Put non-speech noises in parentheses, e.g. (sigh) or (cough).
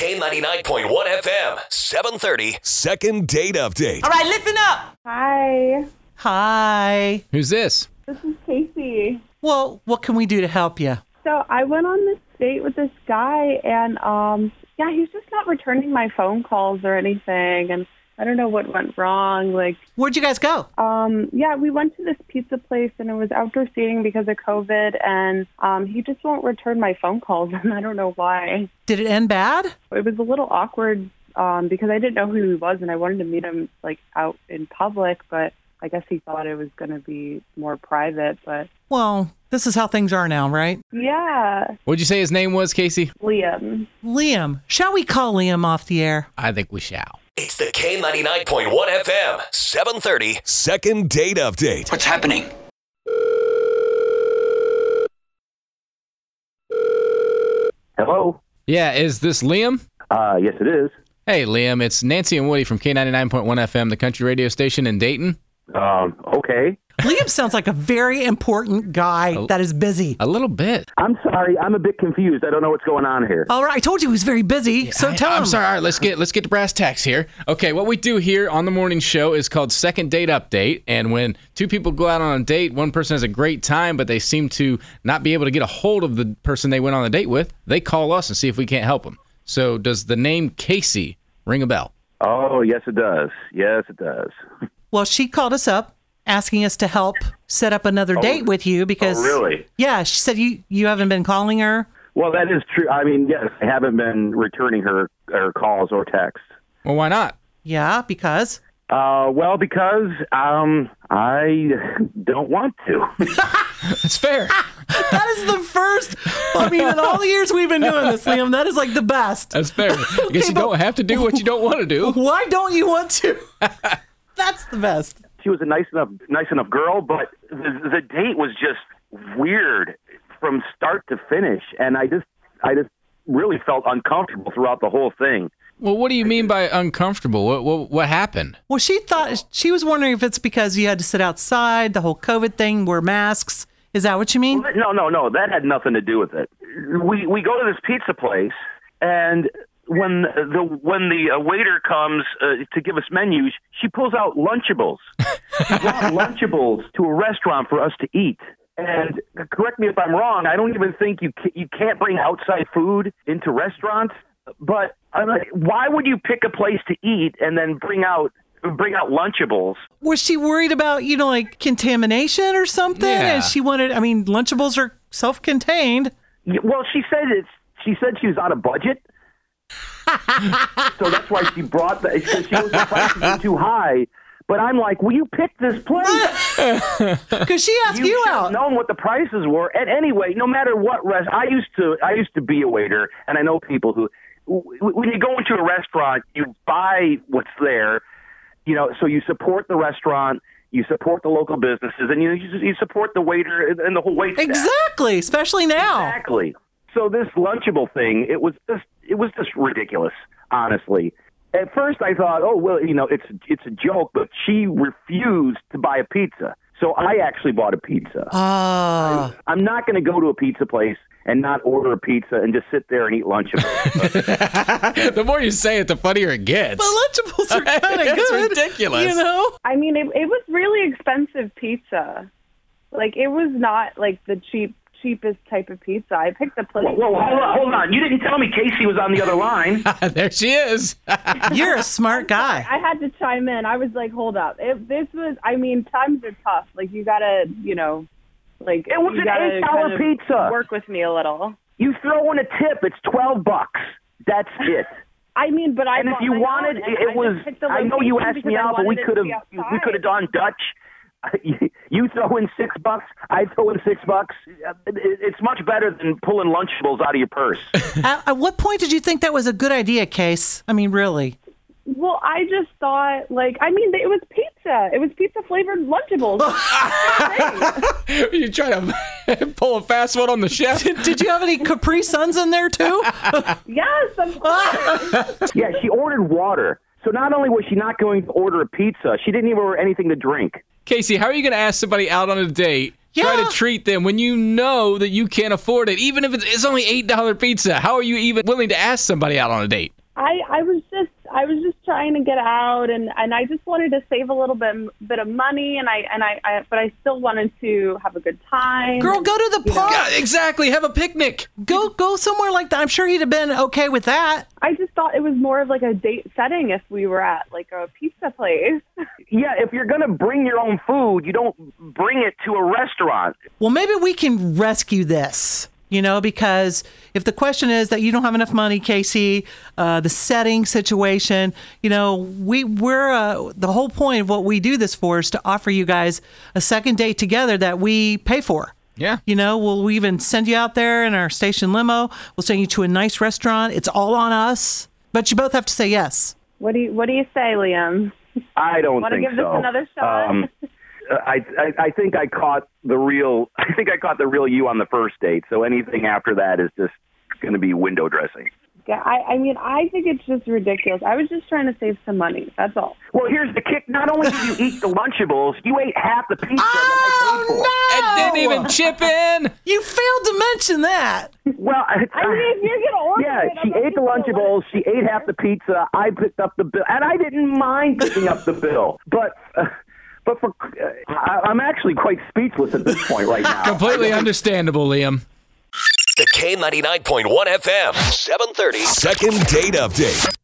K99.1 FM, 730. Second date update. All right, listen up. Hi, Hi. Who's this? this is Casey. Well, what can we do to help you? So I went on this date with this guy, and um, yeah, he's just not returning my phone calls or anything, and I don't know what went wrong. Like, Where'd you guys go? um, yeah, we went to this pizza place, and it was outdoor seating because of COVID, and um, he just won't return my phone calls, (laughs) and I don't know why. Did it end bad? It was a little awkward um, because I didn't know who he was, and I wanted to meet him like out in public, but I guess he thought it was going to be more private, but. Well, this is how things are now, right? Yeah, What'd you say his name was, Casey? Liam. Liam, shall we call Liam off the air? I think we shall. It's the K99.1 FM, 730. Second date update. What's happening? Hello. Yeah, is this Liam? Uh, yes, it is. Hey, Liam, it's Nancy and Woody from K99.1 FM, the country radio station in Dayton. Um, okay. Liam sounds like a very important Oh. guy that is busy. A little bit. I'm sorry. I'm a bit confused. I don't know what's going on here. All right, I told you he was very busy, so I, tell him. I'm sorry. All right, let's get let's get to brass tacks here. Okay, what we do here on the morning show is called second date update. And when two people go out on a date, one person has a great time, but they seem to not be able to get a hold of the person they went on the date with. They call us and see if we can't help them. So, does the name Casey ring a bell? Oh, yes, it does. Yes, it does. Well, she called us up asking us to help set up another date with you because really? Yeah, she said you you haven't been calling her. Well, that is true. I mean, yes, I haven't been returning her, her calls or texts. Well, why not? Yeah, because (laughs) Uh, well, because um, I don't want to. (laughs) That's (laughs) fair. that is the first. I mean, in all the years we've been doing this, Liam, that is like the best. That's (laughs) fair. I guess you but- don't have to do what you don't want to do. Why don't you want to? (laughs) That's the best. she was a nice enough, nice enough girl, but the, the date was just weird from start to finish, and I just, I just really felt uncomfortable throughout the whole thing. (laughs) Well, what do you mean by uncomfortable? What what, what happened? Well, she thought she was wondering if it's because you had to sit outside, the whole COVID thing, wear masks. Is that what you mean? No, no, no. That had nothing to do with it. We we go to this pizza place, and when the when the uh, waiter comes uh, to give us menus, she pulls out Lunchables. she brought Lunchables to a restaurant for us to eat. And correct me if I'm wrong. I don't even think you ca- you can't bring outside food into restaurants. But I'm like, why would you pick a place to eat and then bring out bring out Lunchables? Was she worried about you know like contamination or something? Yeah. And she wanted. I mean, Lunchables are self-contained. Yeah, Well, she said it's. She said she was on a budget, so that's why she brought the. She, she was the prices were too high. But I'm like, will you pick this place? Because she asked you, should have out. known what the prices were. And anyway, no matter what rest, I used to. I used to be a waiter, and I know people who. w- When you go into a restaurant, you buy what's there. You know, so you support the restaurant, you support the local businesses, and you you support the waiter and- and the whole wait staff. Exactly, especially now. Exactly. So this lunchable thing, it was just it was just ridiculous, honestly. At first I thought, oh well, you know, it's it's a joke, but she refused to buy a pizza. So I actually bought a pizza. Ah, I'm not going to go to a pizza place and not order a pizza and just sit there and eat lunchables. The more you say it, the funnier it gets. but Lunchables (laughs) are kind of It's good. ridiculous. You (laughs) know? I mean, it, it was really expensive pizza. Like it was not like the cheap cheapest type of pizza. I picked the place. Whoa, hold on, hold on! You didn't tell me Casey was on the other line. (laughs) there she is. You're a smart guy. I had to chime in. I was like, hold up. It, this was. I mean, times are tough. Like you gotta, you know, like It was you an gotta eight-dollar kind of pizza. Work with me a little. You throw in a tip; it's twelve bucks. That's it. I mean, but I. And if bought you my wanted, own, it, and it just was. picked the I know you location asked me because I out, but we wanted it to could have be we outside. could have done Dutch. (laughs) You throw in six bucks, I throw in six bucks. It- It's much better than pulling Lunchables out of (laughs) your purse. At, at what point did you think that was a good idea, Case? I mean, really? Well, I just thought, like, I mean, it was pizza. It was pizza flavored Lunchables. you try to (laughs) pull a fast one on the (laughs) chef. Did you have any Capri Suns in there too? yes, of course. (laughs) yeah, she ordered water. So not only was she not going to order a pizza, she didn't even order anything to drink. Casey, how are you going to ask somebody out on a date Try Yeah. to treat them when you know that you can't afford it, even if it's, it's only eight dollar pizza. How are you even willing to ask somebody out on a date? I, I was just I was just trying to get out and, and I just wanted to save a little bit bit of money and I and I, I but I still wanted to have a good time. Girl, go to the park. Yeah, exactly. Have a picnic. Go go somewhere like that. I'm sure he'd have been okay with that. I just thought it was more of like a date setting if we were at like a pizza place. (laughs) Yeah, if you're going to bring your own food, you don't bring it to a restaurant. Well, maybe we can rescue this, you know, because if the question is that you don't have enough money, Casey, uh, the setting situation, you know, we we're uh, the whole point of what we do this for is to offer you guys a second date together that we pay for. Yeah. You know, we'll we even send you out there in our station limo. We'll send you to a nice restaurant. It's all on us, but you both have to say yes. What do you what do you say, Liam? I don't Wanna think give this so. another shot? Um, I, I I think I caught the real. (laughs) I think I caught the real you on the first date. So anything after that is just going to be window dressing. Yeah, I, I mean I think it's just ridiculous. I was just trying to save some money. That's all. Well, here's the kick. Not only did you eat the Lunchables, you ate half the pizza Oh, that I paid for. And didn't even chip (laughs) in. Oh, You failed to mention that. Well, I, I mean, if you're gonna order (laughs) yeah, it, I'm she gonna ate the eat it. Lunchables. She ate half the pizza. I picked up the bill, and I didn't mind picking up the bill. But, uh, but for, uh, I, I'm actually quite speechless at this point right now. Completely understandable, Liam. The K99.1 FM, 730. Second date update.